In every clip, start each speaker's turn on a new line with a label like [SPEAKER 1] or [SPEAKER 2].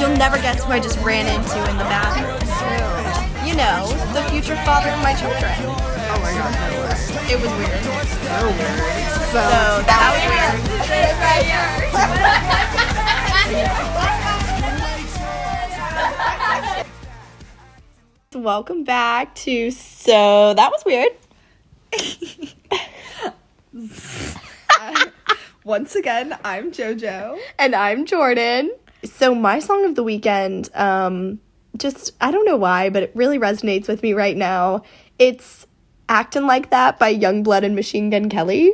[SPEAKER 1] You'll never guess who I just ran into in the bathroom. You know, the future father of my children.
[SPEAKER 2] Oh my god, no way.
[SPEAKER 1] It was weird.
[SPEAKER 2] So weird. So,
[SPEAKER 1] So that was weird. Welcome back to So That Was Weird.
[SPEAKER 2] once again, I'm JoJo.
[SPEAKER 1] And I'm Jordan. So my song of the weekend, um, just I don't know why, but it really resonates with me right now. It's "Acting Like That" by Youngblood and Machine Gun Kelly.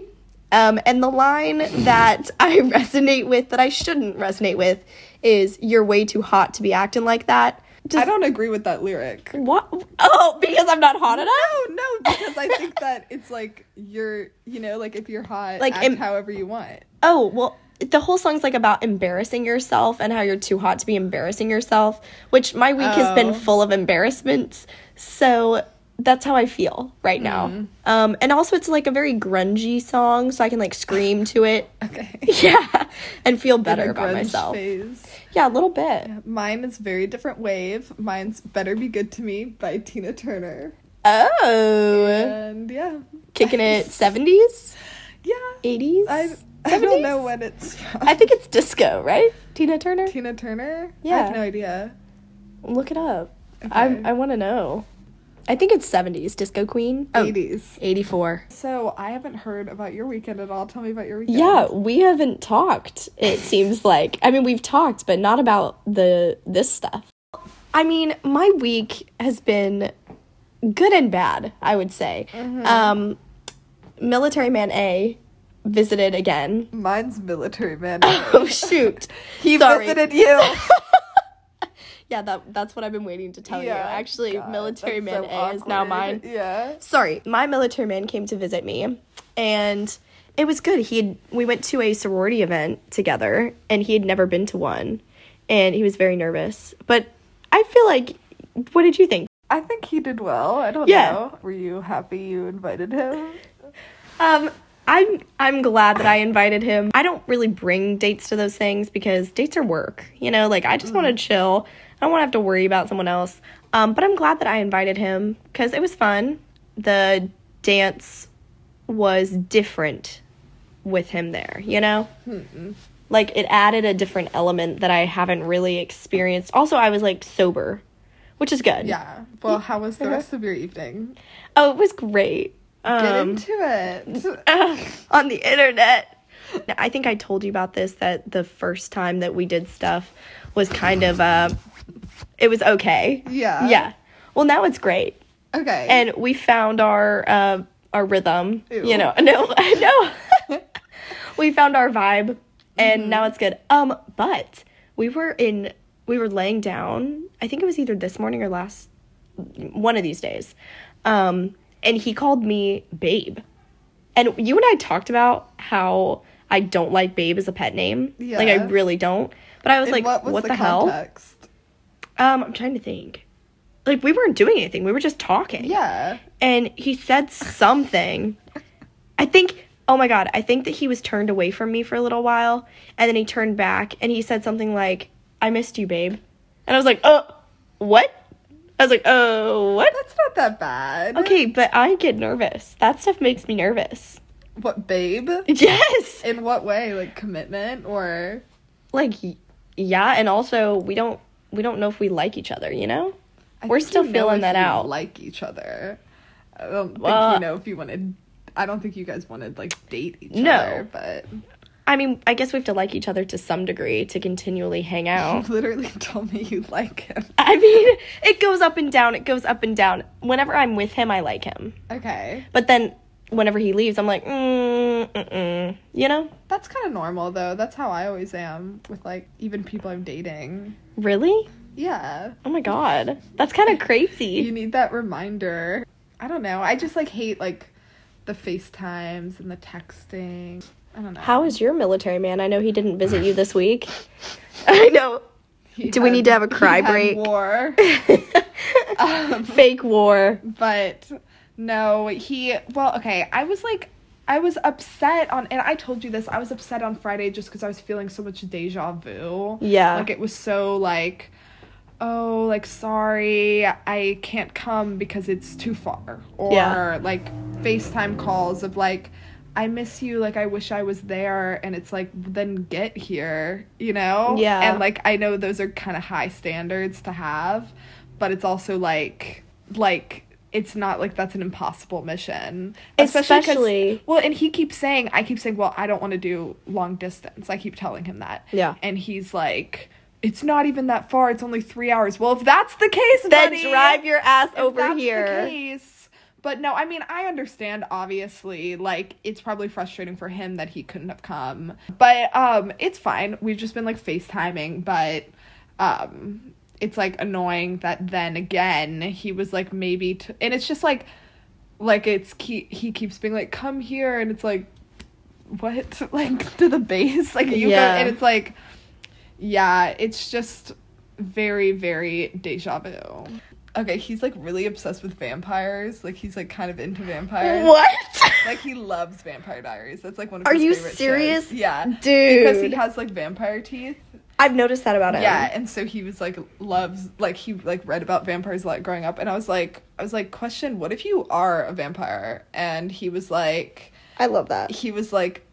[SPEAKER 1] Um, and the line that I resonate with, that I shouldn't resonate with, is "You're way too hot to be acting like that." Just,
[SPEAKER 2] I don't agree with that lyric.
[SPEAKER 1] what? Oh, because I'm not hot enough.
[SPEAKER 2] No, no, because I think that it's like you're, you know, like if you're hot,
[SPEAKER 1] Like,
[SPEAKER 2] act
[SPEAKER 1] im-
[SPEAKER 2] however you want.
[SPEAKER 1] Oh, well, the whole song's like about embarrassing yourself and how you're too hot to be embarrassing yourself, which my week has been
[SPEAKER 2] Oh.
[SPEAKER 1] full of embarrassments. So that's how I feel right now.
[SPEAKER 2] Mm.
[SPEAKER 1] Um, and also, it's like a very grungy song, so I can like scream to it.
[SPEAKER 2] Okay.
[SPEAKER 1] Yeah. And feel better
[SPEAKER 2] Your
[SPEAKER 1] about
[SPEAKER 2] grunge
[SPEAKER 1] myself.
[SPEAKER 2] phase.
[SPEAKER 1] Yeah, a little bit.
[SPEAKER 2] Mine is very different wave. Mine's Better Be Good to Me by Tina Turner.
[SPEAKER 1] Oh.
[SPEAKER 2] And yeah.
[SPEAKER 1] Kicking it 70s?
[SPEAKER 2] Yeah.
[SPEAKER 1] 80s?
[SPEAKER 2] I, I don't
[SPEAKER 1] 70s?
[SPEAKER 2] know what it's from.
[SPEAKER 1] I think it's disco, right? Tina Turner?
[SPEAKER 2] Tina Turner? I
[SPEAKER 1] Yeah.
[SPEAKER 2] have no idea.
[SPEAKER 1] Look it up. I,
[SPEAKER 2] Okay.
[SPEAKER 1] I want to know. I think it's 70s, Disco Queen. Oh,
[SPEAKER 2] 80s.
[SPEAKER 1] 84.
[SPEAKER 2] So I haven't heard about your weekend at all. Tell me about your weekend.
[SPEAKER 1] Yeah, we haven't talked. It seems like I mean we've talked, but not about the this stuff. I mean, my week has been good and bad. I would say.
[SPEAKER 2] Mm-hmm.
[SPEAKER 1] Um, military man A visited again.
[SPEAKER 2] Mine's military man.
[SPEAKER 1] Oh shoot!
[SPEAKER 2] he
[SPEAKER 1] Sorry.
[SPEAKER 2] visited you.
[SPEAKER 1] Yeah, that that's what I've been waiting to tell
[SPEAKER 2] Yeah,
[SPEAKER 1] you. Actually,
[SPEAKER 2] Oh God,
[SPEAKER 1] military man
[SPEAKER 2] that's so
[SPEAKER 1] A is now
[SPEAKER 2] awkward.
[SPEAKER 1] mine.
[SPEAKER 2] Yeah.
[SPEAKER 1] sorry, my military man came to visit me, and it was good. He had, we went to a sorority event together, and he had never been to one, and he was very nervous. But I feel like, what did you think?
[SPEAKER 2] I think he did well. I don't
[SPEAKER 1] Yeah.
[SPEAKER 2] know. Were you happy you invited him?
[SPEAKER 1] Um, I'm I'm glad that I invited him. I don't really bring dates to those things because dates are work. You know, like I just
[SPEAKER 2] Mm.
[SPEAKER 1] want to chill. I don't want to have to worry about someone else. Um, but I'm glad that I invited him because it was fun. The dance was different with him there. You know. Like it added a different element that I haven't really experienced. Also, I was like sober, which is good.
[SPEAKER 2] Yeah. Well, how was the rest of your evening?
[SPEAKER 1] Oh, it was great.
[SPEAKER 2] Get
[SPEAKER 1] Um,
[SPEAKER 2] into it.
[SPEAKER 1] on the internet. I think I told you about this that the first time that we did stuff was kind of uh it was okay.
[SPEAKER 2] Yeah.
[SPEAKER 1] Yeah. Well, now it's great.
[SPEAKER 2] Okay.
[SPEAKER 1] And we found our uh our rhythm, you
[SPEAKER 2] Ew.
[SPEAKER 1] know. No, I know. we found our vibe and
[SPEAKER 2] Mm-hmm.
[SPEAKER 1] now it's good. Um but we were in we were laying down. I think it was either this morning or last one of these days. Um, and he called me Babe. And you and I talked about how I don't like Babe as a pet name. Like, I
[SPEAKER 2] Yeah.
[SPEAKER 1] really don't. But I was
[SPEAKER 2] And
[SPEAKER 1] like, what,
[SPEAKER 2] what was
[SPEAKER 1] the,
[SPEAKER 2] the,
[SPEAKER 1] hell?
[SPEAKER 2] context?
[SPEAKER 1] Um, I'm trying to think. Like, we weren't doing anything, we were just talking.
[SPEAKER 2] Yeah.
[SPEAKER 1] And he said something. I think, oh my God, I think that he was turned away from me for a little while. And then he turned back and he said something like, I missed you, Babe. And I was like, oh, what? I was like, oh, what?
[SPEAKER 2] That's not that bad.
[SPEAKER 1] Okay, but I get nervous. That stuff makes me nervous.
[SPEAKER 2] What, babe?
[SPEAKER 1] Yes.
[SPEAKER 2] In what way? Like commitment or?
[SPEAKER 1] Like y- yeah, and also we don't we don't know if we like each other, you know?
[SPEAKER 2] I
[SPEAKER 1] We're
[SPEAKER 2] think
[SPEAKER 1] still
[SPEAKER 2] you know
[SPEAKER 1] feeling
[SPEAKER 2] if
[SPEAKER 1] that
[SPEAKER 2] you
[SPEAKER 1] out.
[SPEAKER 2] Like each other. I don't think
[SPEAKER 1] Well-
[SPEAKER 2] you know if you wanted. I don't think you guys wanted like date each
[SPEAKER 1] No.
[SPEAKER 2] other, but
[SPEAKER 1] I mean, I guess we have to like each other to some degree to continually hang out.
[SPEAKER 2] you literally told me you like him.
[SPEAKER 1] I mean, it goes up and down, it goes up and down. Whenever I'm with him, I like him.
[SPEAKER 2] Okay,
[SPEAKER 1] But then whenever he leaves, I'm like, mm, mm-mm. You know?
[SPEAKER 2] that's kind of normal though. That's how I always am with like even people I'm dating.
[SPEAKER 1] Really?
[SPEAKER 2] Yeah,
[SPEAKER 1] Oh my god. That's kind of
[SPEAKER 2] you
[SPEAKER 1] crazy.
[SPEAKER 2] need that reminder. I don't know. I just like hate like the FaceTimes and the texting. I don't know.
[SPEAKER 1] How is your military man? I know he didn't visit you this week. I know.
[SPEAKER 2] He
[SPEAKER 1] do we need to have a
[SPEAKER 2] he
[SPEAKER 1] cry
[SPEAKER 2] had
[SPEAKER 1] break?
[SPEAKER 2] War.
[SPEAKER 1] Fake war.
[SPEAKER 2] Um, but no, he well, okay, I was like I was upset on, and I told you this. I was upset on Friday just because I was feeling so much deja vu.
[SPEAKER 1] Yeah.
[SPEAKER 2] like it was so like, oh, like sorry, I can't come because it's too far, or
[SPEAKER 1] Yeah.
[SPEAKER 2] like FaceTime calls of like, I miss you, like I wish I was there, and it's like then get here, you know?
[SPEAKER 1] Yeah.
[SPEAKER 2] and like I know those are kind of high standards to have, but it's also like like. It's not like that's an impossible mission. 'cause-
[SPEAKER 1] Especially-
[SPEAKER 2] well, and he keeps saying, I keep saying, well, I don't want to do long distance. I keep telling him that.
[SPEAKER 1] Yeah.
[SPEAKER 2] And he's like, it's not even that far. It's only three hours. Well, if that's the case,
[SPEAKER 1] Then
[SPEAKER 2] buddy,
[SPEAKER 1] drive your ass
[SPEAKER 2] if
[SPEAKER 1] over
[SPEAKER 2] that's the
[SPEAKER 1] here.
[SPEAKER 2] case- But no, I mean, I understand. Obviously, like it's probably frustrating for him that he couldn't have come. But um, it's fine. We've just been like FaceTiming, but um, it's like annoying that then again he was like maybe, t- and it's just like, like it's ke- he keeps being like come here, and it's like, what like to the base like you
[SPEAKER 1] Yeah.
[SPEAKER 2] go, and it's like, yeah, it's just very very deja vu. Okay, he's like really obsessed with vampires. Like he's like kind of into vampires.
[SPEAKER 1] What?
[SPEAKER 2] Like he loves Vampire Diaries. That's like one of.
[SPEAKER 1] Are
[SPEAKER 2] his
[SPEAKER 1] you
[SPEAKER 2] favorite
[SPEAKER 1] serious?
[SPEAKER 2] shows. Yeah,
[SPEAKER 1] Dude.
[SPEAKER 2] Because he has like vampire teeth.
[SPEAKER 1] I've noticed that about him.
[SPEAKER 2] Yeah, and so he was like loves like he like read about vampires a lot growing up, and I was like I was like question what if you are a vampire? And he was like
[SPEAKER 1] I love that.
[SPEAKER 2] he was like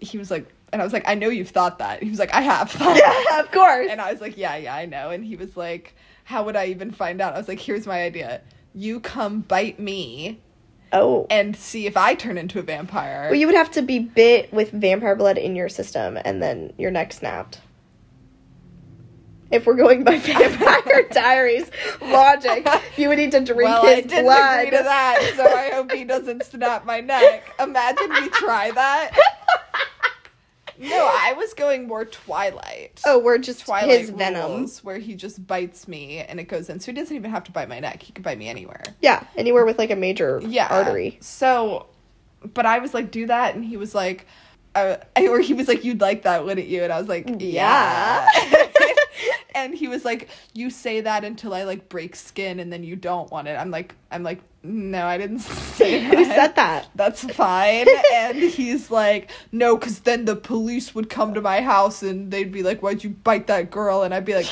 [SPEAKER 2] he was like and I was like I know you've thought that. He was like I have thought. that."
[SPEAKER 1] yeah, of course.
[SPEAKER 2] And I was like, yeah, yeah, I know. And he was like, how would I even find out? I was like, here's my idea. You come bite me
[SPEAKER 1] oh.
[SPEAKER 2] and see if I turn into a vampire.
[SPEAKER 1] Well, you would have to be bit with vampire blood in your system, and then your neck snapped. If we're going by Vampire Diaries logic, you would need to drink
[SPEAKER 2] well, I
[SPEAKER 1] his
[SPEAKER 2] didn't
[SPEAKER 1] blood.
[SPEAKER 2] agree to that, so I hope he doesn't snap my neck. Imagine we try that. No, I was going more Twilight.
[SPEAKER 1] Oh, we're just
[SPEAKER 2] Twilight
[SPEAKER 1] his venom.
[SPEAKER 2] rules, where he just bites me and it goes in. So he doesn't even have to bite my neck. He could bite me anywhere.
[SPEAKER 1] Yeah, anywhere with like a major
[SPEAKER 2] yeah
[SPEAKER 1] artery.
[SPEAKER 2] so but i was like do that and he was like uh, or he was like you'd like that wouldn't you and i was like yeah,
[SPEAKER 1] Yeah.
[SPEAKER 2] and he was like you say that until i like break skin and then you don't want it i'm like i'm like no i didn't say that
[SPEAKER 1] Who said that?
[SPEAKER 2] that's fine. and he's like, no, because then the police would come to my house and they'd be like, why'd you bite that girl? And I'd be like,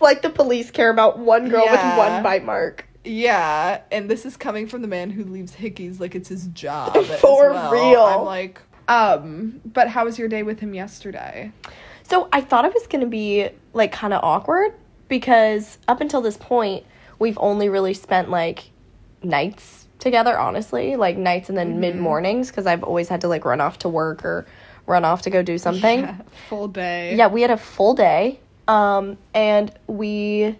[SPEAKER 1] like the police care about one girl
[SPEAKER 2] Yeah.
[SPEAKER 1] with one bite mark.
[SPEAKER 2] Yeah, and this is coming from the man who leaves hickeys like it's his job. as
[SPEAKER 1] For
[SPEAKER 2] well.
[SPEAKER 1] real.
[SPEAKER 2] I'm like, um, but how was your day with him yesterday?
[SPEAKER 1] So I thought it was going to be like kind of awkward because up until this point, we've only really spent like nights together, honestly, like nights and then mid mornings because I've always had to like run off to work or run off to go do something. Yeah,
[SPEAKER 2] Full day.
[SPEAKER 1] we had a full day. Um, and we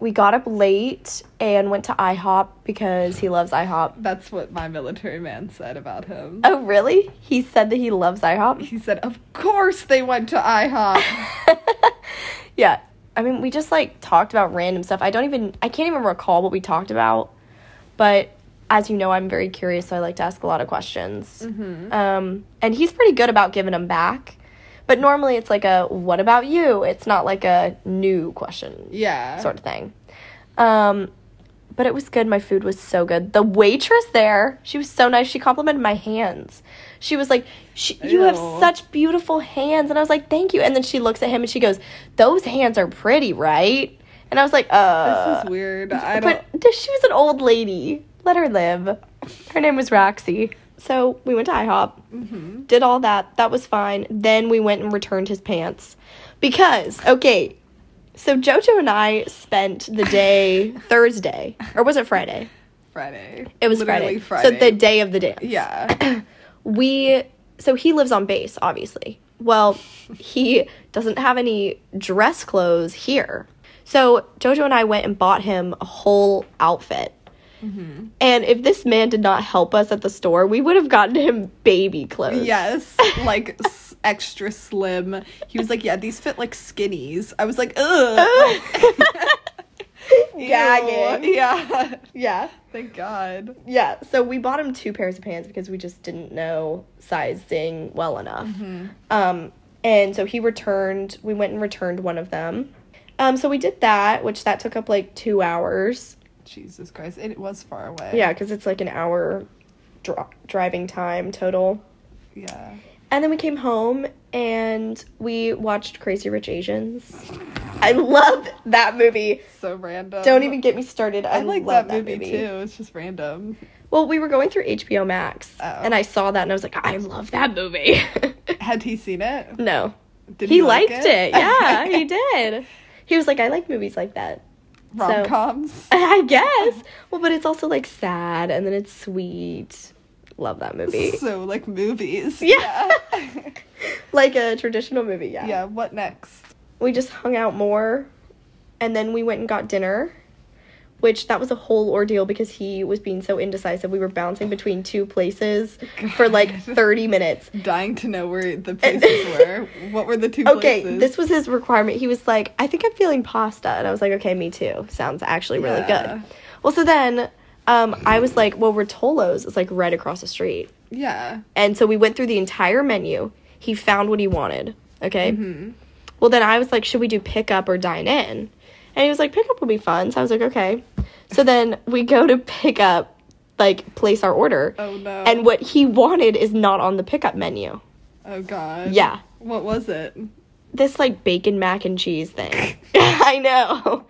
[SPEAKER 1] we got up late and went to IHOP because he loves IHOP.
[SPEAKER 2] That's what my military man said about him.
[SPEAKER 1] Oh, really? He said that he loves IHOP?
[SPEAKER 2] He said, Of course they went to IHOP.
[SPEAKER 1] Yeah. I mean, we just like talked about random stuff. I don't even, I can't even recall what we talked about. But as you know, I'm very curious, so I like to ask a lot of questions. Um, and he's pretty good about giving them back. But normally it's like a, what about you? It's not like a new question
[SPEAKER 2] yeah.
[SPEAKER 1] sort of thing. Um, but it was good. My food was so good. The waitress there, she was so nice. She complimented my hands. She was like, she, "You have
[SPEAKER 2] Ew.
[SPEAKER 1] such beautiful hands," and I was like, "Thank you." And then she looks at him and she goes, "Those hands are pretty, right?" And I was like, "Uh."
[SPEAKER 2] This is weird. I don't
[SPEAKER 1] but th- she was an old lady. Let her live. Her name was Roxy. So we went to IHOP,
[SPEAKER 2] Mm-hmm.
[SPEAKER 1] did all that. That was fine. Then we went and returned his pants. Because, okay, so JoJo and I spent the day Thursday, or was it Friday?
[SPEAKER 2] Friday.
[SPEAKER 1] It was
[SPEAKER 2] Literally
[SPEAKER 1] Friday. So the
[SPEAKER 2] Friday.
[SPEAKER 1] day of the dance.
[SPEAKER 2] Yeah.
[SPEAKER 1] We, so he lives on base, obviously. Well, he doesn't have any dress clothes here. So JoJo and I went and bought him a whole outfit. And if this man did not help us at the store, we would have gotten him baby clothes.
[SPEAKER 2] yes. Like s- extra slim. He was like, Yeah, these fit like skinnies. I was like, Ugh.
[SPEAKER 1] Gagging.
[SPEAKER 2] Ew. Yeah.
[SPEAKER 1] Yeah.
[SPEAKER 2] Thank God.
[SPEAKER 1] Yeah. So we bought him two pairs of pants because we just didn't know sizing well enough.
[SPEAKER 2] Mm-hmm.
[SPEAKER 1] Um, and so he returned, we went and returned one of them. Um, so we did that, which that took up like two hours.
[SPEAKER 2] Jesus Christ. It was far away.
[SPEAKER 1] Yeah, because it's like an hour dr- driving time total.
[SPEAKER 2] Yeah.
[SPEAKER 1] And then we came home and we watched Crazy Rich Asians. I love that movie.
[SPEAKER 2] So random.
[SPEAKER 1] Don't even get me started. I,
[SPEAKER 2] Um, I like
[SPEAKER 1] love
[SPEAKER 2] that, movie, too. It's just random.
[SPEAKER 1] Well, we were going through HBO Max
[SPEAKER 2] Oh.
[SPEAKER 1] and I saw that and I was like, I love that movie.
[SPEAKER 2] Had he seen it?
[SPEAKER 1] no.
[SPEAKER 2] Did
[SPEAKER 1] he,
[SPEAKER 2] like
[SPEAKER 1] liked it. Yeah, he did. He was like, I like movies like that.
[SPEAKER 2] Rom coms.
[SPEAKER 1] I guess. Well, but it's also like sad and then it's sweet. Love that movie.
[SPEAKER 2] So like movies.
[SPEAKER 1] Yeah.
[SPEAKER 2] Yeah.
[SPEAKER 1] like a traditional movie, yeah.
[SPEAKER 2] yeah. What next?
[SPEAKER 1] We just hung out more and then we went and got dinner, which that was a whole ordeal because he was being so indecisive. We were bouncing between two places for like 30 minutes.
[SPEAKER 2] Dying to know where the places were. What were the two
[SPEAKER 1] Okay,
[SPEAKER 2] places?
[SPEAKER 1] this was his requirement. He was like, I think I'm feeling pasta. And I was like, okay, me too. Sounds actually really
[SPEAKER 2] Yeah.
[SPEAKER 1] good. Well, so then um, I was like, well, Rotolo's is like right across the street.
[SPEAKER 2] Yeah.
[SPEAKER 1] And so we went through the entire menu. He found what he wanted. Okay.
[SPEAKER 2] Mm-hmm.
[SPEAKER 1] Well, then I was like, should we do pickup or dine in? And he was like, pickup would be fun. So I was like, okay. So then we go to pick up, like, place our order.
[SPEAKER 2] Oh, no.
[SPEAKER 1] And what he wanted is not on the pickup menu.
[SPEAKER 2] Oh god.
[SPEAKER 1] Yeah.
[SPEAKER 2] What was it?
[SPEAKER 1] This, like, bacon mac and cheese thing. I know.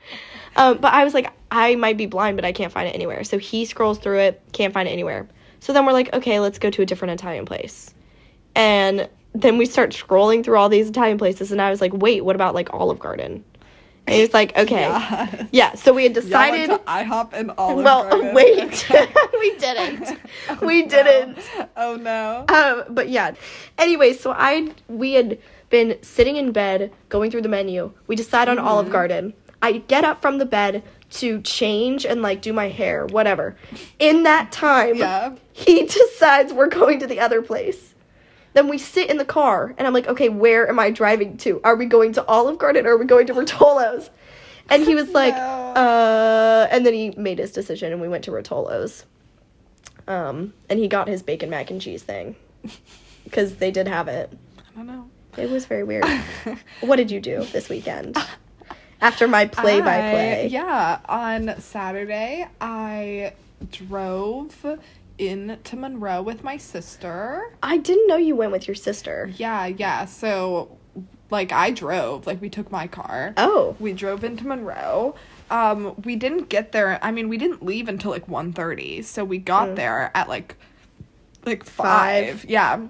[SPEAKER 1] Um, but I was like, I might be blind, but I can't find it anywhere. So he scrolls through it, can't find it anywhere. So then we're like, okay, let's go to a different Italian place. And then we start scrolling through all these Italian places, and I was like, wait, what about like Olive Garden? And he was like, okay.
[SPEAKER 2] Yeah.
[SPEAKER 1] Yeah, so we had
[SPEAKER 2] Y'all
[SPEAKER 1] decided.
[SPEAKER 2] went to IHOP and Olive
[SPEAKER 1] well,
[SPEAKER 2] Garden.
[SPEAKER 1] wait, we didn't. We didn't.
[SPEAKER 2] Oh no.
[SPEAKER 1] Um, but yeah. Anyway, so I we had been sitting in bed going through the menu. We decide on Olive Garden. I get up from the bed to change and like do my hair, whatever. In that time,
[SPEAKER 2] Yeah.
[SPEAKER 1] he decides we're going to the other place. Then we sit in the car and I'm like, okay, where am I driving to? Are we going to Olive Garden or are we going to Rotolo's? And he was like,
[SPEAKER 2] No.
[SPEAKER 1] uh, and then he made his decision and we went to Rotolo's. Um, and he got his bacon mac and cheese thing because they did have it.
[SPEAKER 2] I don't know.
[SPEAKER 1] It was very weird. what did you do this weekend after my play by
[SPEAKER 2] I-
[SPEAKER 1] play?
[SPEAKER 2] Yeah, on Saturday I drove into Monroe with my sister.
[SPEAKER 1] I didn't know you went with your sister.
[SPEAKER 2] Yeah, yeah. So like I drove, like we took my car.
[SPEAKER 1] Oh,
[SPEAKER 2] We drove into Monroe. Um we didn't get there. I mean, we didn't leave until like 1:30. So we got there at like like 5.
[SPEAKER 1] Five.
[SPEAKER 2] Yeah.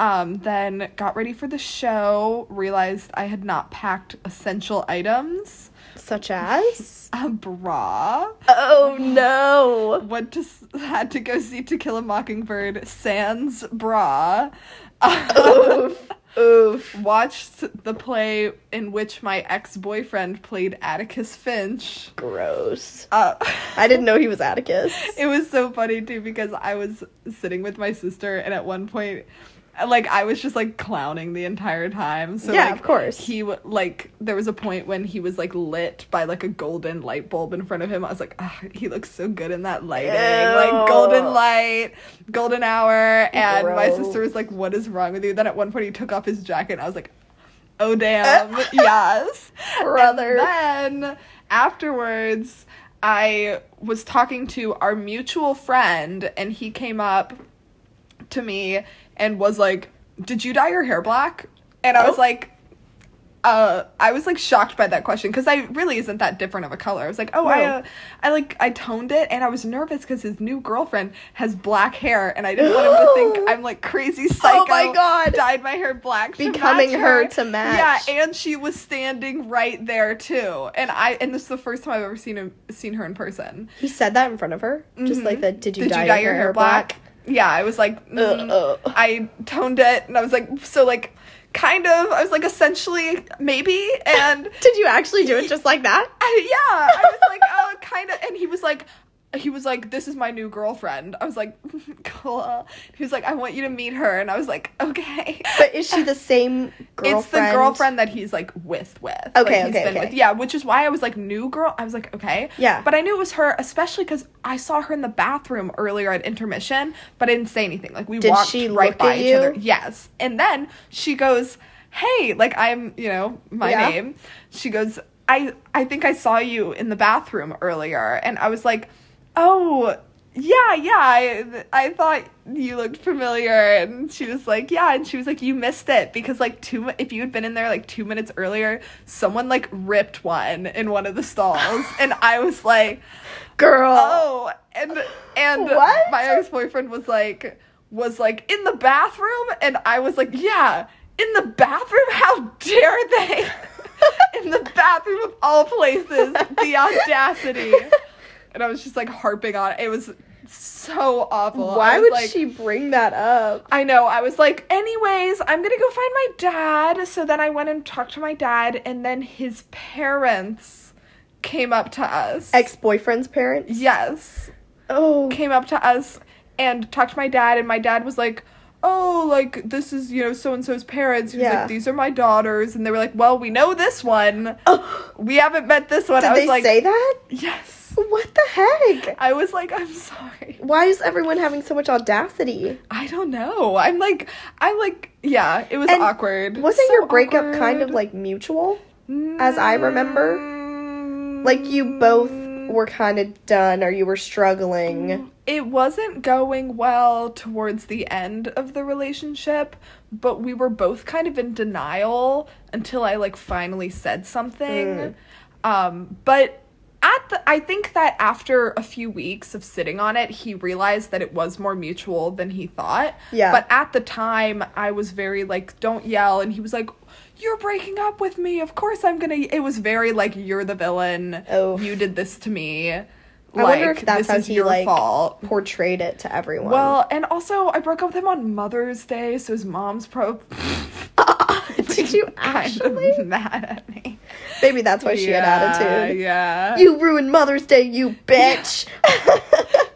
[SPEAKER 2] Um then got ready for the show, realized I had not packed essential items.
[SPEAKER 1] such as?
[SPEAKER 2] A bra.
[SPEAKER 1] Oh no.
[SPEAKER 2] went to s- had to go see To Kill a Mockingbird sans bra. Uh,
[SPEAKER 1] Oof. Oof.
[SPEAKER 2] watched the play in which my ex boyfriend played Atticus Finch.
[SPEAKER 1] Gross.
[SPEAKER 2] Uh,
[SPEAKER 1] I didn't know he was Atticus.
[SPEAKER 2] it was so funny too because I was sitting with my sister and at one point like I was just like clowning the entire time. So
[SPEAKER 1] Yeah,
[SPEAKER 2] like,
[SPEAKER 1] of course.
[SPEAKER 2] He w- like there was a point when he was like lit by like a golden light bulb in front of him. I was like, ah, he looks so good in that lighting, like
[SPEAKER 1] Ew.
[SPEAKER 2] golden light, golden hour. And my
[SPEAKER 1] Gross.
[SPEAKER 2] sister was like, what is wrong with you? Then at one point he took off his jacket. and I was like, oh damn, yes.
[SPEAKER 1] Brother.
[SPEAKER 2] And then afterwards, I was talking to our mutual friend, and he came up to me and was like, "Did you dye your hair black?" And I was
[SPEAKER 1] Oh.
[SPEAKER 2] like, "Uh," I was like shocked by that question because I really isn't that different of a color. I was like, "Oh, I,
[SPEAKER 1] No.
[SPEAKER 2] uh, I like I toned it," and I was nervous because his new girlfriend has black hair, and I didn't want him to think I'm like crazy psycho.
[SPEAKER 1] Oh my God.
[SPEAKER 2] dyed my hair black, to
[SPEAKER 1] Becoming
[SPEAKER 2] match
[SPEAKER 1] her to match.
[SPEAKER 2] Yeah, and she was standing right there too, and I and this is the first time I've ever seen him seen her in person.
[SPEAKER 1] He said that in front of her?
[SPEAKER 2] Mm-hmm.
[SPEAKER 1] Just like that, did you dye, your hair, black?
[SPEAKER 2] Yeah, I was like, mm,
[SPEAKER 1] Ugh.
[SPEAKER 2] I toned it, and I was like, so like, kind of. I was like, essentially, maybe, and
[SPEAKER 1] Did you actually do it just like that?
[SPEAKER 2] I, yeah, I was like, oh, kind of. And he was like, he was like, this is my new girlfriend. I was like, cool. He was like, I want you to meet her, and I was like, okay.
[SPEAKER 1] But is she the same girlfriend?
[SPEAKER 2] It's the girlfriend that he's like with with. Like,
[SPEAKER 1] Okay,
[SPEAKER 2] he's
[SPEAKER 1] okay, okay.
[SPEAKER 2] With. Yeah, which is why I was like new girl. I was like okay.
[SPEAKER 1] Yeah.
[SPEAKER 2] But I knew it was her, especially because I saw her in the bathroom earlier at intermission, but I didn't say anything. Like we
[SPEAKER 1] Did
[SPEAKER 2] walked
[SPEAKER 1] she
[SPEAKER 2] right
[SPEAKER 1] look
[SPEAKER 2] by
[SPEAKER 1] at
[SPEAKER 2] each other.
[SPEAKER 1] you?
[SPEAKER 2] Yes, and then she goes, "Hey, like I'm, you know, my
[SPEAKER 1] Yeah.
[SPEAKER 2] name." She goes, "I, I think I saw you in the bathroom earlier," and I was like, "Oh." yeah, yeah, I, I thought you looked familiar. And she was like, yeah. And she was like, you missed it because, like, two, mi- if you had been in there like two minutes earlier, someone like ripped one in one of the stalls. and I was like,
[SPEAKER 1] Girl.
[SPEAKER 2] oh. And, and
[SPEAKER 1] What?
[SPEAKER 2] my ex boyfriend was like, was like, in the bathroom. And I was like, yeah, in the bathroom? How dare they? in the bathroom of all places. The audacity and I was just like harping on it. It was so awful. I
[SPEAKER 1] Why
[SPEAKER 2] was
[SPEAKER 1] would
[SPEAKER 2] like-
[SPEAKER 1] she bring that up?
[SPEAKER 2] I know. I was like, anyways, I'm gonna go find my dad. So then I went and talked to my dad, and then his parents came up to us.
[SPEAKER 1] Ex boyfriend's parents?
[SPEAKER 2] yes,
[SPEAKER 1] Oh.
[SPEAKER 2] came up to us and talked to my dad, and my dad was like. Oh, like this is you know so and so's parents. He was
[SPEAKER 1] Yeah.
[SPEAKER 2] like, these are my daughters, and they were like, well, we know this one.
[SPEAKER 1] Oh,
[SPEAKER 2] We haven't met this one.
[SPEAKER 1] did
[SPEAKER 2] I was
[SPEAKER 1] they
[SPEAKER 2] like,
[SPEAKER 1] say that?
[SPEAKER 2] yes.
[SPEAKER 1] What the heck?
[SPEAKER 2] I was like, I'm sorry.
[SPEAKER 1] Why is everyone having so much audacity?
[SPEAKER 2] I don't know. I'm like, I'm like, yeah, it was
[SPEAKER 1] And
[SPEAKER 2] awkward.
[SPEAKER 1] Wasn't
[SPEAKER 2] So
[SPEAKER 1] your breakup kind of
[SPEAKER 2] awkward.
[SPEAKER 1] like mutual? as I remember?
[SPEAKER 2] Mm,
[SPEAKER 1] Like you both were kind of done or you were struggling.
[SPEAKER 2] It wasn't going well towards the end of the relationship, but we were both kind of in denial until I like finally said something. Um, but at the, I think that after a few weeks of sitting on it, he realized that it was more mutual than he thought.
[SPEAKER 1] Yeah.
[SPEAKER 2] But at the time, I was very like, "Don't yell," and he was like. You're breaking up with me. Of course I'm gonna. It was very like you're the villain.
[SPEAKER 1] Oh.
[SPEAKER 2] you did this to me
[SPEAKER 1] I wonder if that's
[SPEAKER 2] this
[SPEAKER 1] how
[SPEAKER 2] is
[SPEAKER 1] he,
[SPEAKER 2] your
[SPEAKER 1] like-
[SPEAKER 2] fault.
[SPEAKER 1] Portrayed it to everyone.
[SPEAKER 2] Well, and also I broke up with him on Mother's Day, so his mom's probably
[SPEAKER 1] did you
[SPEAKER 2] kind
[SPEAKER 1] actually?
[SPEAKER 2] of mad at me.
[SPEAKER 1] Maybe that's why she had attitude.
[SPEAKER 2] Yeah.
[SPEAKER 1] You ruined Mother's Day, you bitch.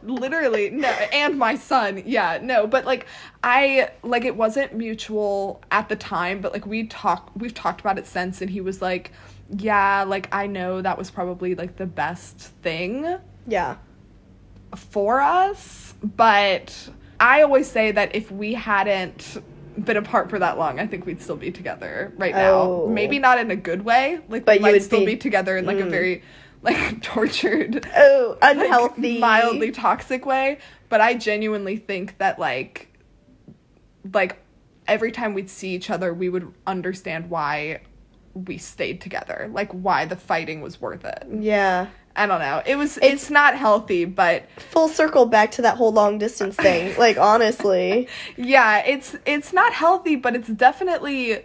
[SPEAKER 2] literally no and my son yeah no but like i like it wasn't mutual at the time but like we talk we've talked about it since and he was like yeah like i know that was probably like the best thing
[SPEAKER 1] yeah.
[SPEAKER 2] for us, but I always say that if we hadn't been apart for that long, I think we'd still be together right now.
[SPEAKER 1] Oh.
[SPEAKER 2] Maybe not in a good way, like
[SPEAKER 1] But
[SPEAKER 2] we
[SPEAKER 1] you
[SPEAKER 2] might
[SPEAKER 1] would
[SPEAKER 2] still be,
[SPEAKER 1] be- Mm.
[SPEAKER 2] together in like a very like tortured,
[SPEAKER 1] Oh,
[SPEAKER 2] like,
[SPEAKER 1] unhealthy.
[SPEAKER 2] mildly toxic way, but I genuinely think that like like every time we'd see each other, we would understand why we stayed together, like why the fighting was worth it.
[SPEAKER 1] Yeah.
[SPEAKER 2] I don't know. It was it's not healthy, but
[SPEAKER 1] Full circle back to that whole long distance thing. Like honestly.
[SPEAKER 2] yeah it's it's not healthy but it's definitely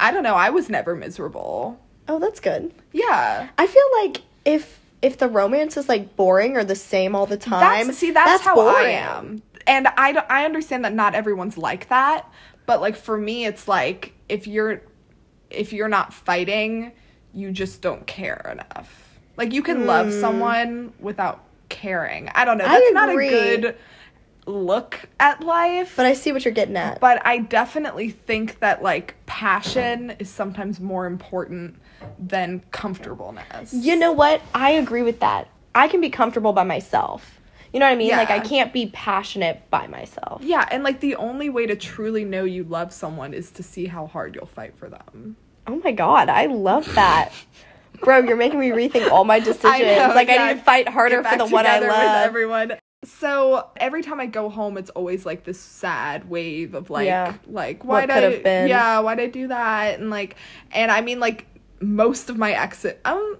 [SPEAKER 2] i don't know i was never miserable
[SPEAKER 1] Oh, that's good.
[SPEAKER 2] yeah
[SPEAKER 1] I feel like if if the romance is like boring or the same all the time,
[SPEAKER 2] that's see that's, how i am and i don't- i understand that not everyone's like that but like for me it's like if you're if you're not fighting you just don't care enough like you can love someone without caring i don't know
[SPEAKER 1] Hmm. I
[SPEAKER 2] that's not a
[SPEAKER 1] agree.
[SPEAKER 2] good look at life
[SPEAKER 1] But I see what you're getting at.
[SPEAKER 2] but I definitely think that like passion is sometimes more important than comfortableness.
[SPEAKER 1] You know what? I agree with that. I can be comfortable by myself. You know what I mean? Like I
[SPEAKER 2] Yeah.
[SPEAKER 1] can't be passionate by myself.
[SPEAKER 2] Yeah, and like the only way to truly know you love someone is to see how hard you'll fight for them.
[SPEAKER 1] Oh my god, I love that. Bro, you're making me rethink all my decisions.
[SPEAKER 2] know,
[SPEAKER 1] like
[SPEAKER 2] yeah.
[SPEAKER 1] I need to fight harder
[SPEAKER 2] Get
[SPEAKER 1] for
[SPEAKER 2] back
[SPEAKER 1] the one I
[SPEAKER 2] together with
[SPEAKER 1] love.
[SPEAKER 2] everyone. So every time I go home, it's always like this sad wave of like,
[SPEAKER 1] Yeah.
[SPEAKER 2] like why
[SPEAKER 1] What
[SPEAKER 2] did
[SPEAKER 1] could've
[SPEAKER 2] I,
[SPEAKER 1] been.
[SPEAKER 2] yeah, why did I do that? And like, and I mean like most of my exes, um,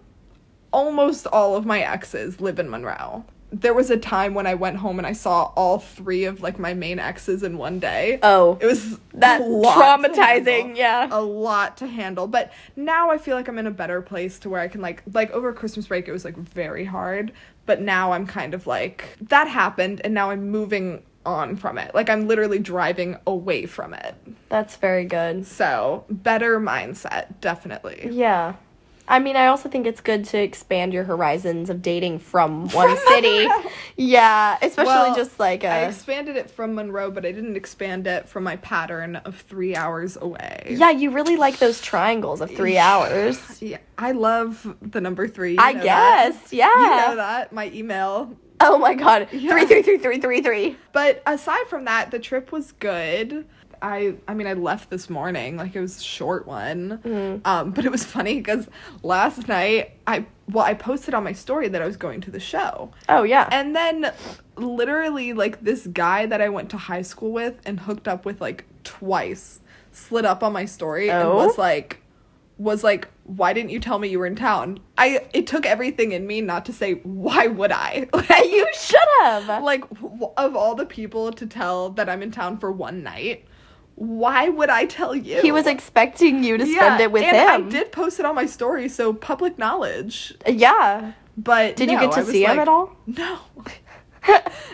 [SPEAKER 2] almost all of my exes live in Monroe. There was a time when I went home and I saw all three of like my main exes in one day.
[SPEAKER 1] Oh.
[SPEAKER 2] It was
[SPEAKER 1] That
[SPEAKER 2] a lot to
[SPEAKER 1] traumatizing,
[SPEAKER 2] handle.
[SPEAKER 1] yeah.
[SPEAKER 2] A lot to handle. But now I feel like I'm in a better place to where I can like like over Christmas break it was like very hard, but now I'm kind of like that happened and now I'm moving on from it. Like I'm literally driving away from it.
[SPEAKER 1] That's very good.
[SPEAKER 2] So, better mindset, definitely.
[SPEAKER 1] Yeah. I mean, I also think it's good to expand your horizons of dating from one
[SPEAKER 2] From
[SPEAKER 1] city.
[SPEAKER 2] Monroe.
[SPEAKER 1] Yeah, especially
[SPEAKER 2] Well,
[SPEAKER 1] just like
[SPEAKER 2] I
[SPEAKER 1] a.
[SPEAKER 2] expanded it from Monroe, but I didn't expand it from my pattern of 3 hours away.
[SPEAKER 1] Yeah, you really like those triangles of three hours.
[SPEAKER 2] Yeah, I love the number 3. you
[SPEAKER 1] I
[SPEAKER 2] know that.
[SPEAKER 1] guess. Yeah.
[SPEAKER 2] You know that, my email.
[SPEAKER 1] Oh my god.
[SPEAKER 2] Yeah.
[SPEAKER 1] Three, three, three, three, three, three.
[SPEAKER 2] But aside from that, the trip was good. I I mean I left this morning like it was a short one,
[SPEAKER 1] Mm-hmm.
[SPEAKER 2] um, but it was funny because last night I well I posted on my story that I was going to the show,
[SPEAKER 1] Oh yeah.
[SPEAKER 2] and then literally like this guy that I went to high school with and hooked up with like twice slid up on my story and
[SPEAKER 1] Oh?
[SPEAKER 2] was like was like why didn't you tell me you were in town? I it took everything in me not to say why would I?
[SPEAKER 1] you should have.
[SPEAKER 2] like w- of all the people to tell that I'm in town for one night, why would I tell you?
[SPEAKER 1] He was expecting you to
[SPEAKER 2] Yeah,
[SPEAKER 1] spend it with
[SPEAKER 2] and
[SPEAKER 1] him.
[SPEAKER 2] I did post it on my story, so public knowledge.
[SPEAKER 1] Yeah.
[SPEAKER 2] But
[SPEAKER 1] Did you
[SPEAKER 2] no,
[SPEAKER 1] get
[SPEAKER 2] I
[SPEAKER 1] to
[SPEAKER 2] was
[SPEAKER 1] see him
[SPEAKER 2] like,
[SPEAKER 1] at all?
[SPEAKER 2] No,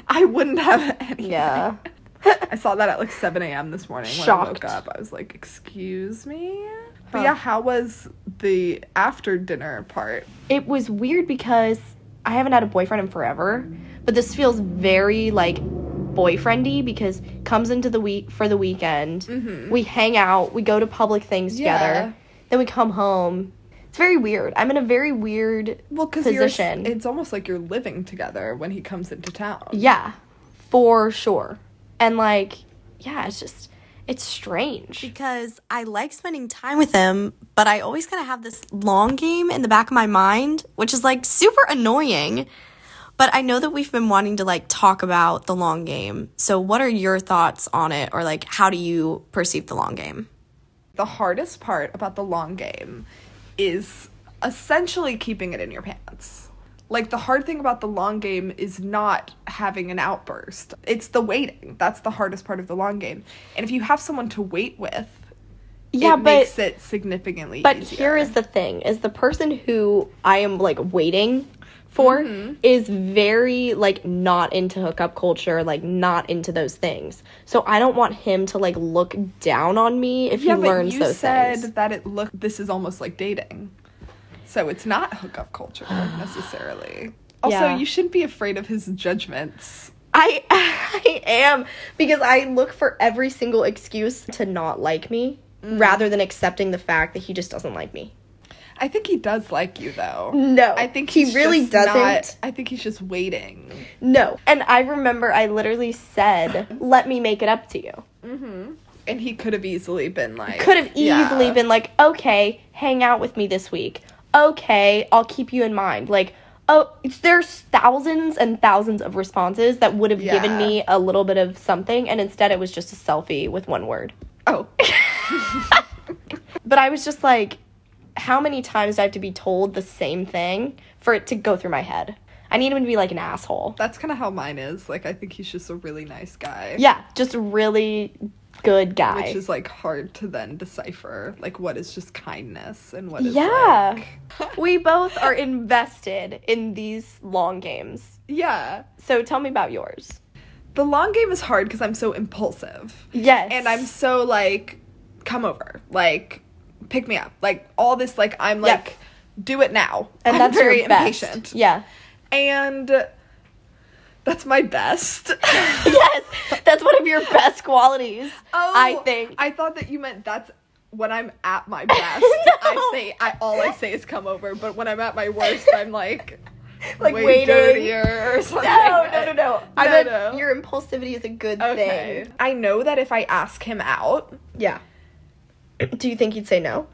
[SPEAKER 2] I wouldn't have any.
[SPEAKER 1] Yeah.
[SPEAKER 2] I saw that at like 7 a.m. this morning when I
[SPEAKER 1] Shocked.
[SPEAKER 2] woke up. I was like, "Excuse me."
[SPEAKER 1] Huh.
[SPEAKER 2] But yeah, how was the after dinner part?
[SPEAKER 1] It was weird because I haven't had a boyfriend in forever, but this feels very like boyfriendy because comes into the week for the weekend.
[SPEAKER 2] Mhm.
[SPEAKER 1] We hang out, we go to public things
[SPEAKER 2] Yeah.
[SPEAKER 1] together, then we come home. It's very weird. I'm in a very weird
[SPEAKER 2] Well, because
[SPEAKER 1] Position.
[SPEAKER 2] it's almost like you're living together when he comes into town.
[SPEAKER 1] yeah, for sure. And like, yeah, it's just it's strange because I like spending time with him, but I always kind of have this long game in the back of my mind, which is like super annoying. But I know that we've been wanting to like talk about the long game. So what are your thoughts on it or like how do you perceive the long game?
[SPEAKER 2] the hardest part about the long game is essentially keeping it in your pants. Like the hard thing about the long game is not having an outburst. It's the waiting. That's the hardest part of the long game. And if you have someone to wait with, it makes it significantly
[SPEAKER 1] But
[SPEAKER 2] easier.
[SPEAKER 1] here is the thing: is the person who I am like waiting for
[SPEAKER 2] Mm-hmm.
[SPEAKER 1] is very like not into hookup culture, like not into those things. So I don't want him to like look down on me if
[SPEAKER 2] yeah,
[SPEAKER 1] he
[SPEAKER 2] but
[SPEAKER 1] learns
[SPEAKER 2] you
[SPEAKER 1] those
[SPEAKER 2] said
[SPEAKER 1] things.
[SPEAKER 2] that it looked this is almost like dating. So it's not hookup culture necessarily. Also,
[SPEAKER 1] Yeah.
[SPEAKER 2] you shouldn't be afraid of his judgments.
[SPEAKER 1] I I am because I look for every single excuse to not like me
[SPEAKER 2] Mm.
[SPEAKER 1] rather than accepting the fact that he just doesn't like me.
[SPEAKER 2] I think he does like you though.
[SPEAKER 1] No,
[SPEAKER 2] I think
[SPEAKER 1] he
[SPEAKER 2] he's
[SPEAKER 1] really
[SPEAKER 2] just
[SPEAKER 1] doesn't.
[SPEAKER 2] not- I think he's just waiting.
[SPEAKER 1] No, and I remember I literally said, "Let me make it up to you."
[SPEAKER 2] And he could have easily been like
[SPEAKER 1] could have easily
[SPEAKER 2] Yeah.
[SPEAKER 1] been like, okay, hang out with me this week. Okay, I'll keep you in mind. Like, oh, it's, there's thousands and thousands of responses that would have given
[SPEAKER 2] Yeah.
[SPEAKER 1] me a little bit of something, and instead it was just a selfie with one word.
[SPEAKER 2] Oh.
[SPEAKER 1] But I was just like, how many times do I have to be told the same thing for it to go through my head? I need him to be like an asshole.
[SPEAKER 2] That's kinda how mine is. Like I think he's just a really nice guy.
[SPEAKER 1] Yeah, just a really good guy.
[SPEAKER 2] Which is like hard to then decipher. Like what is just kindness and what is
[SPEAKER 1] Yeah.
[SPEAKER 2] like-
[SPEAKER 1] we both are invested in these long games.
[SPEAKER 2] yeah.
[SPEAKER 1] So tell me about yours.
[SPEAKER 2] The long game is hard because I'm so impulsive.
[SPEAKER 1] Yes.
[SPEAKER 2] and I'm so like, come over, like, pick me up, like all this, like I'm like, do it now,
[SPEAKER 1] and
[SPEAKER 2] I'm
[SPEAKER 1] that's
[SPEAKER 2] very
[SPEAKER 1] your best.
[SPEAKER 2] impatient,
[SPEAKER 1] Yeah.
[SPEAKER 2] and that's my best.
[SPEAKER 1] yes. That's one of your best qualities.
[SPEAKER 2] Oh,
[SPEAKER 1] I think.
[SPEAKER 2] I thought that you meant that's when I'm at my best. I
[SPEAKER 1] No.
[SPEAKER 2] say I all I say is come over, but when I'm at my worst, I'm like,
[SPEAKER 1] Like
[SPEAKER 2] way
[SPEAKER 1] waiting.
[SPEAKER 2] dirtier or something.
[SPEAKER 1] no, no, no, no. I
[SPEAKER 2] No,
[SPEAKER 1] meant
[SPEAKER 2] no.
[SPEAKER 1] your impulsivity is a good
[SPEAKER 2] Okay,
[SPEAKER 1] thing.
[SPEAKER 2] I know that if I ask him out,
[SPEAKER 1] Yeah. Do you think he'd say no?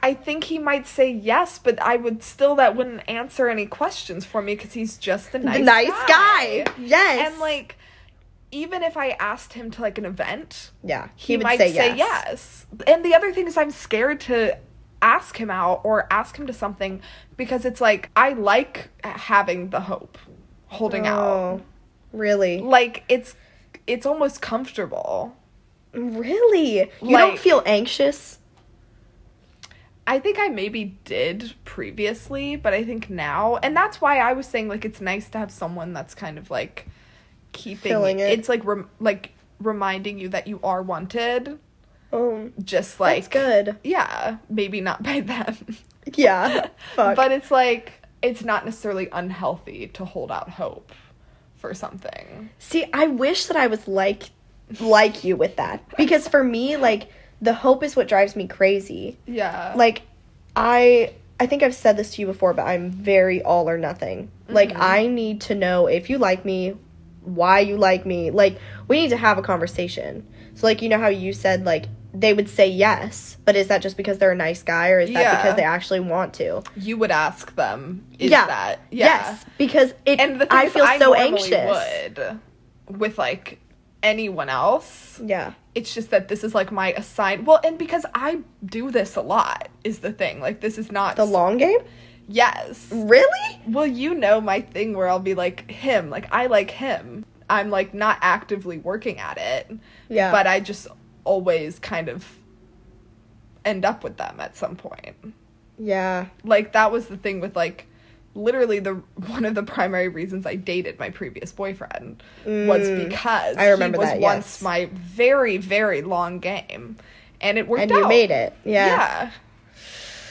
[SPEAKER 2] I think he might say yes, but I would still that wouldn't answer any questions for me because he's just a nice,
[SPEAKER 1] the nice guy. Yes.
[SPEAKER 2] And like, even if I asked him to like an event,
[SPEAKER 1] yeah,
[SPEAKER 2] he, might say, yes. And the other thing is, I'm scared to ask him out or ask him to something because it's like I like having the hope, holding out.
[SPEAKER 1] Oh, really?
[SPEAKER 2] Like it's, it's almost comfortable.
[SPEAKER 1] Really? You don't
[SPEAKER 2] Like-
[SPEAKER 1] feel anxious?
[SPEAKER 2] I think I maybe did previously, but I think now, and that's why I was saying like it's nice to have someone that's kind of like keeping
[SPEAKER 1] Filling it.
[SPEAKER 2] It's like rem- like reminding you that you are wanted,
[SPEAKER 1] Oh,
[SPEAKER 2] just
[SPEAKER 1] that's
[SPEAKER 2] like
[SPEAKER 1] good.
[SPEAKER 2] yeah, maybe not by them,
[SPEAKER 1] Yeah. Fuck.
[SPEAKER 2] but it's like it's not necessarily unhealthy to hold out hope for something.
[SPEAKER 1] See, I wish that I was like like you with that. Because for me, like the hope is what drives me crazy.
[SPEAKER 2] Yeah,
[SPEAKER 1] Like I I think I've said
[SPEAKER 2] Mm-hmm.
[SPEAKER 1] this to you before, but I'm very all or nothing. Like I need to know if you like me, why you like me. Like, we need to have a conversation. So, like, you know how you said, like, they would say yes, but is that just because they're a nice guy or is that
[SPEAKER 2] Yeah.
[SPEAKER 1] because they actually want to?
[SPEAKER 2] You would ask them, is
[SPEAKER 1] Yeah.
[SPEAKER 2] that?
[SPEAKER 1] Yes, because it
[SPEAKER 2] And the thing
[SPEAKER 1] I
[SPEAKER 2] is,
[SPEAKER 1] feel so
[SPEAKER 2] normally
[SPEAKER 1] anxious.
[SPEAKER 2] Would with like anyone else.
[SPEAKER 1] Yeah.
[SPEAKER 2] It's just that this is like my assigned. Well, and because I do this a lot is the thing. Like this is not
[SPEAKER 1] The long game?
[SPEAKER 2] Yes.
[SPEAKER 1] Really?
[SPEAKER 2] Well, you know my thing where I'll be like him. Like I like him. I'm like not actively working at it.
[SPEAKER 1] Yeah.
[SPEAKER 2] But I just always kind of end up with them at some point
[SPEAKER 1] Yeah.
[SPEAKER 2] like that was the thing with like literally the one of the primary reasons I dated my previous boyfriend was
[SPEAKER 1] Mm,
[SPEAKER 2] because
[SPEAKER 1] I remember
[SPEAKER 2] he was
[SPEAKER 1] that,
[SPEAKER 2] once
[SPEAKER 1] yes.
[SPEAKER 2] my very very long game, and it worked
[SPEAKER 1] And
[SPEAKER 2] out.
[SPEAKER 1] you made it. Yeah.
[SPEAKER 2] yeah.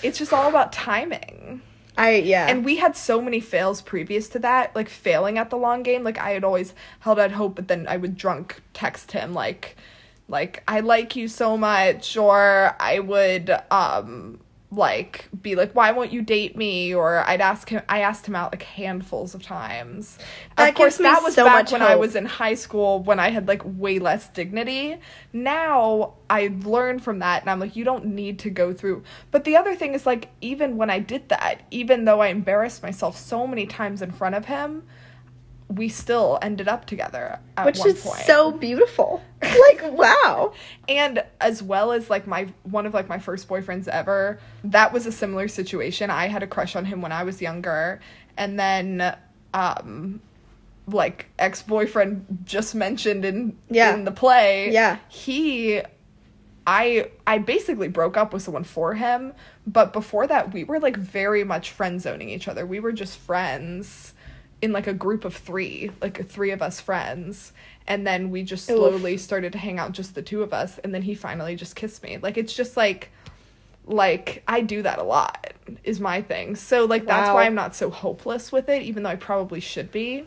[SPEAKER 2] It's just all about timing.
[SPEAKER 1] I yeah.
[SPEAKER 2] And we had so many fails previous to that, like failing at the long game. Like I had always held out hope, but then I would drunk text him like, like I like you so much, or I would um like be like, why won't you date me? Or I'd ask him. I asked him out like handfuls of times.
[SPEAKER 1] That
[SPEAKER 2] of course,
[SPEAKER 1] gives me
[SPEAKER 2] that was
[SPEAKER 1] so
[SPEAKER 2] back
[SPEAKER 1] much
[SPEAKER 2] when I
[SPEAKER 1] hope.
[SPEAKER 2] was in high school when I had like way less dignity. Now I learned from that and I'm like, you don't need to go through. But the other thing is like, even when I did that, even though I embarrassed myself so many times in front of him, we still ended up together at
[SPEAKER 1] which
[SPEAKER 2] one
[SPEAKER 1] is
[SPEAKER 2] point.
[SPEAKER 1] so beautiful. Like wow.
[SPEAKER 2] and as well as like my one of like my first boyfriends ever, that was a similar situation. I had a crush on him when I was younger, and then um like ex boyfriend just mentioned in
[SPEAKER 1] Yeah.
[SPEAKER 2] in the play.
[SPEAKER 1] Yeah.
[SPEAKER 2] He I I basically broke up with someone for him, but before that we were like very much friend zoning each other. We were just friends in like a group of 3, like three of us friends. And then we just
[SPEAKER 1] Oof.
[SPEAKER 2] slowly started to hang out just the two of us and then he finally just kissed me. Like it's just like like I do that a lot is my thing. So like that's
[SPEAKER 1] Wow.
[SPEAKER 2] why I'm not so hopeless with it even though I probably should be.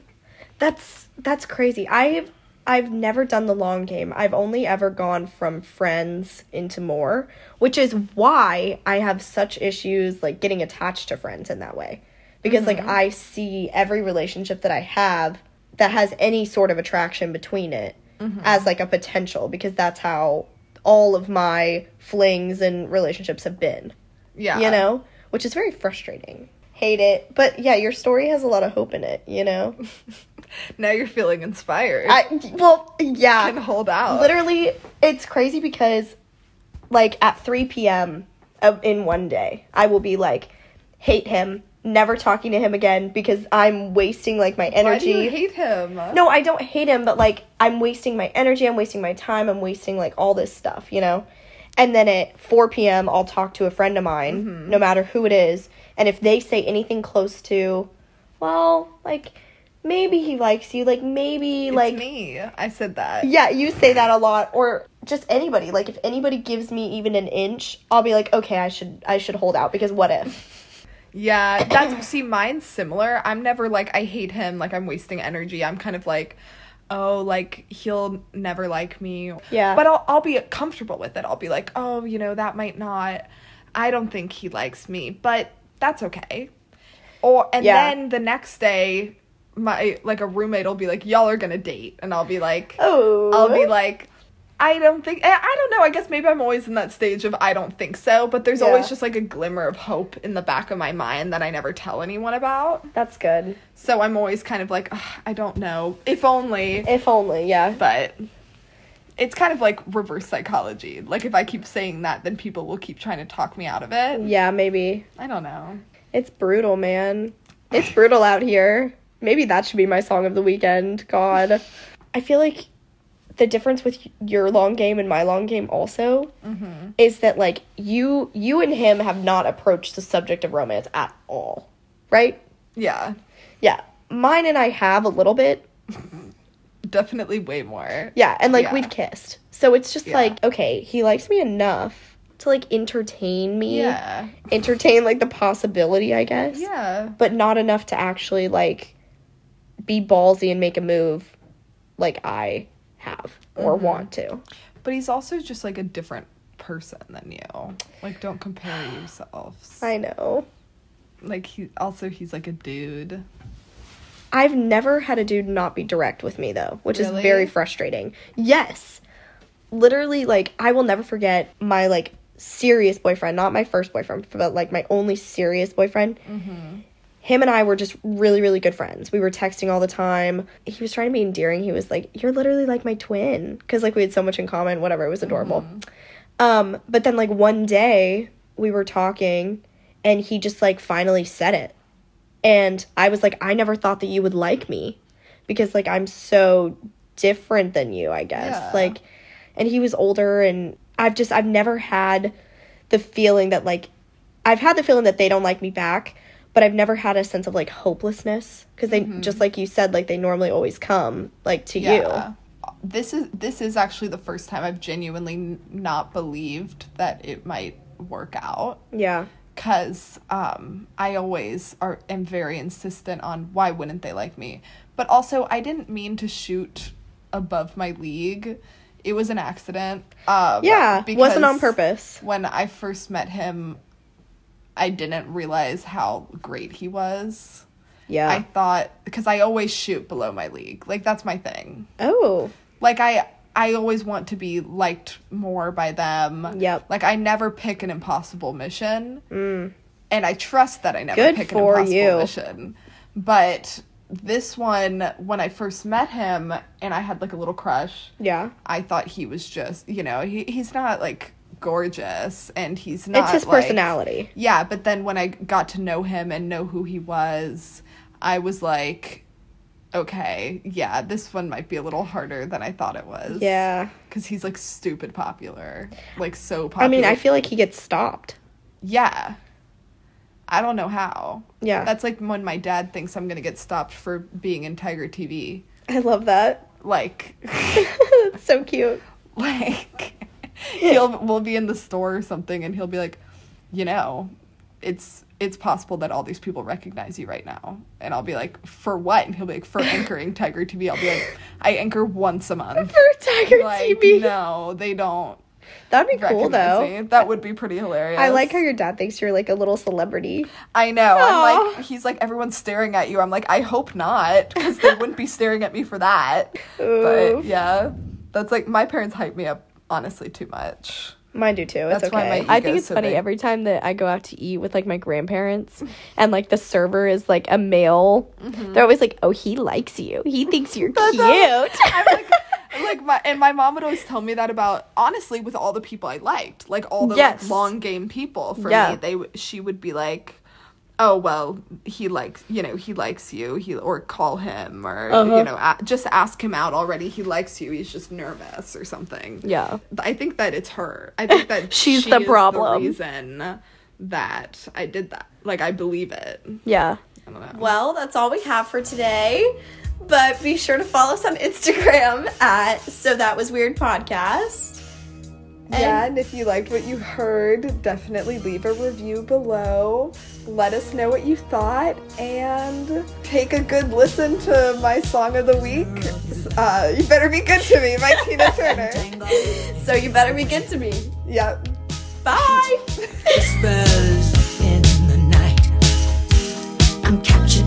[SPEAKER 1] That's that's crazy. I've I've never done the long game. I've only ever gone from friends into more, which is why I have such issues like getting attached to friends in that way. Because like I see every relationship that I have that has any sort of attraction between it as like a potential because that's how all of my flings and relationships have been.
[SPEAKER 2] Yeah.
[SPEAKER 1] You know, which is very frustrating. Hate it. But yeah, your story has a lot of hope in it, you know.
[SPEAKER 2] Now you're feeling inspired.
[SPEAKER 1] I well,
[SPEAKER 2] can
[SPEAKER 1] yeah.
[SPEAKER 2] hold out.
[SPEAKER 1] Literally, it's crazy because, like, at three p.m. of- in one day, I will be like, hate him, never talking to him again because I'm wasting like my
[SPEAKER 2] Why do
[SPEAKER 1] energy.
[SPEAKER 2] you hate him?
[SPEAKER 1] no, I don't hate him, but like, I'm wasting my energy, I'm wasting my time, I'm wasting like all this stuff, you know. And then at 4 p.m., I'll talk to a friend of mine,
[SPEAKER 2] Mm-hmm.
[SPEAKER 1] no matter who it is. And if they say anything close to, well, like, maybe he likes you, like, maybe,
[SPEAKER 2] It's
[SPEAKER 1] like,
[SPEAKER 2] me. I said that.
[SPEAKER 1] yeah, you say that a lot, or just anybody. Like if anybody gives me even an inch, I'll be like, okay, I should I should hold out because what if?
[SPEAKER 2] Yeah, that's see, mine's similar. I'm never like I hate him, like I'm wasting energy. I'm kind of like, oh, like he'll never like me.
[SPEAKER 1] Yeah.
[SPEAKER 2] But I'll I'll be comfortable with it. I'll be like, oh, you know, that might not. I don't think he likes me, but that's okay. Or and
[SPEAKER 1] Yeah.
[SPEAKER 2] then the next day, my like a roommate will be like, y'all are gonna date, and I'll be like,
[SPEAKER 1] Oh,
[SPEAKER 2] I'll be like, I don't think, eh, I- I don't know. I guess maybe I'm always in that stage of I don't think so, but there's
[SPEAKER 1] Yeah.
[SPEAKER 2] always just like a glimmer of hope in the back of my mind that I never tell anyone about.
[SPEAKER 1] that's good.
[SPEAKER 2] So I'm always kind of like, "Ugh, I don't know, if only,
[SPEAKER 1] If only, yeah.
[SPEAKER 2] but it's kind of like reverse psychology. Like if I keep saying that, then people will keep trying to talk me out of it.
[SPEAKER 1] Yeah, maybe
[SPEAKER 2] I don't know.
[SPEAKER 1] it's brutal, man. It's brutal out here. Maybe that should be my song of the weekend. God, I feel like the difference with your long game and my long game also is that like you you and him have not approached the subject of romance at all, right?
[SPEAKER 2] Yeah,
[SPEAKER 1] Yeah. Mine and I have a little bit.
[SPEAKER 2] definitely way more.
[SPEAKER 1] Yeah. And like
[SPEAKER 2] Yeah.
[SPEAKER 1] we've kissed. So it's just
[SPEAKER 2] Yeah.
[SPEAKER 1] like, okay, he likes me enough to like entertain me.
[SPEAKER 2] Yeah.
[SPEAKER 1] Entertain like the possibility, I guess.
[SPEAKER 2] Yeah.
[SPEAKER 1] But not enough to actually like be ballsy and make a move like I have or
[SPEAKER 2] Mm-hmm.
[SPEAKER 1] want to.
[SPEAKER 2] But he's also just like a different person than you. Like don't compare yourselves.
[SPEAKER 1] I know.
[SPEAKER 2] like he also he's like a dude
[SPEAKER 1] I've never had a dude not be direct with me though, which
[SPEAKER 2] Really?
[SPEAKER 1] is very frustrating. Yes. Literally like I will never forget my like serious boyfriend, not my first boyfriend, but like my only serious boyfriend. Him and I were just really, really good friends. We were texting all the time. He was trying to be endearing. He was like, "You're literally like my twin," because like we had so much in common. Whatever, it was adorable. Um, but then like one day we were talking, and he just like finally said it, and I was like, "I never thought that you would like me," because like I'm so different than you. I guess
[SPEAKER 2] Yeah.
[SPEAKER 1] like, and he was older, and I've just I've never had the feeling that like I've had the feeling that they don't like me back, but I've never had a sense of like hopelessness because they
[SPEAKER 2] Mm-hmm.
[SPEAKER 1] just like you said like they normally always come like to you.
[SPEAKER 2] This is this is actually the first time I've genuinely n- not believed that it might work out
[SPEAKER 1] Yeah.
[SPEAKER 2] because um, I always are am very insistent on why wouldn't they like me, but also I didn't mean to shoot above my league. It was an accident. Um,
[SPEAKER 1] Yeah. Wasn't on
[SPEAKER 2] because
[SPEAKER 1] purpose.
[SPEAKER 2] When I first met him, I didn't realize how great he was.
[SPEAKER 1] Yeah.
[SPEAKER 2] I thought because I always shoot below my league. Like that's my thing.
[SPEAKER 1] oh.
[SPEAKER 2] Like I I always want to be liked more by them.
[SPEAKER 1] Yep. Mm.
[SPEAKER 2] Like I never pick an impossible mission. And I trust that I never
[SPEAKER 1] Good
[SPEAKER 2] pick
[SPEAKER 1] for
[SPEAKER 2] an impossible
[SPEAKER 1] you.
[SPEAKER 2] mission. But this one when I first met him and I had like a little crush,
[SPEAKER 1] Yeah.
[SPEAKER 2] I thought he was just, you know, he he's not like gorgeous and he's not
[SPEAKER 1] It's his
[SPEAKER 2] like-
[SPEAKER 1] personality.
[SPEAKER 2] yeah, but then when I got to know him and know who he was, I was like, okay, yeah, this one might be a little harder than I thought it was.
[SPEAKER 1] Yeah.
[SPEAKER 2] Because he's like stupid popular. Like so popular.
[SPEAKER 1] I mean, I feel like he gets stopped.
[SPEAKER 2] Yeah. I don't know how.
[SPEAKER 1] Yeah.
[SPEAKER 2] That's like when my dad thinks I'm going to get stopped for being in Tiger TV.
[SPEAKER 1] I love that.
[SPEAKER 2] Like,
[SPEAKER 1] That's so cute.
[SPEAKER 2] like he'll we'll be in the store or something and he'll be like you know it's it's possible that all these people recognize you right now and i'll be like for what and he'll be like for anchoring tiger tv i'll be like i anchor once a month
[SPEAKER 1] For Tiger
[SPEAKER 2] like
[SPEAKER 1] TV.
[SPEAKER 2] no they don't
[SPEAKER 1] That'd be cool
[SPEAKER 2] recognize
[SPEAKER 1] though.
[SPEAKER 2] me. that would be pretty hilarious
[SPEAKER 1] I like how your dad thinks you're like a little celebrity.
[SPEAKER 2] i know i'm
[SPEAKER 1] Aw.
[SPEAKER 2] like he's like everyone's staring at you i'm like i hope not because they wouldn't be staring at me for that
[SPEAKER 1] Ooh.
[SPEAKER 2] but yeah that's like my parents hype me up honestly too much
[SPEAKER 1] Mine do too. It's
[SPEAKER 2] That's why
[SPEAKER 1] okay.
[SPEAKER 2] my
[SPEAKER 3] I
[SPEAKER 2] ego's
[SPEAKER 3] think it's
[SPEAKER 2] so
[SPEAKER 3] funny
[SPEAKER 2] big.
[SPEAKER 3] every time that I go out to eat with like my grandparents and like the server is like a male.
[SPEAKER 2] Mm-hmm.
[SPEAKER 3] They're always like, "Oh, he likes you. He thinks you're cute."
[SPEAKER 2] I'm like, like my and my mom would always tell me that about honestly with all the people I liked, like all the
[SPEAKER 3] Yes.
[SPEAKER 2] like, long game people for
[SPEAKER 3] Yeah.
[SPEAKER 2] me. They w- she would be like, oh well, he likes you know he likes you he or call him or
[SPEAKER 3] Uh-huh.
[SPEAKER 2] you know a- just ask him out already. He likes you. He's just nervous or something.
[SPEAKER 3] Yeah.
[SPEAKER 2] I think that it's her. I think that
[SPEAKER 3] She's
[SPEAKER 2] she
[SPEAKER 3] the
[SPEAKER 2] is
[SPEAKER 3] problem.
[SPEAKER 2] reason that I did that. Like I believe it.
[SPEAKER 3] yeah.
[SPEAKER 2] I don't know.
[SPEAKER 1] Well, that's all we have for today. But be sure to follow us on Instagram at So That Was Weird Podcast.
[SPEAKER 2] Yeah, and if you liked what you heard, definitely leave a review below. Let us know what you thought, and take a good listen to my song of the week. Uh, you better be good to me, by Tina Turner.
[SPEAKER 1] So you better be good to me.
[SPEAKER 2] Yep.
[SPEAKER 1] Bye.
[SPEAKER 4] whispers in the night. I'm captured.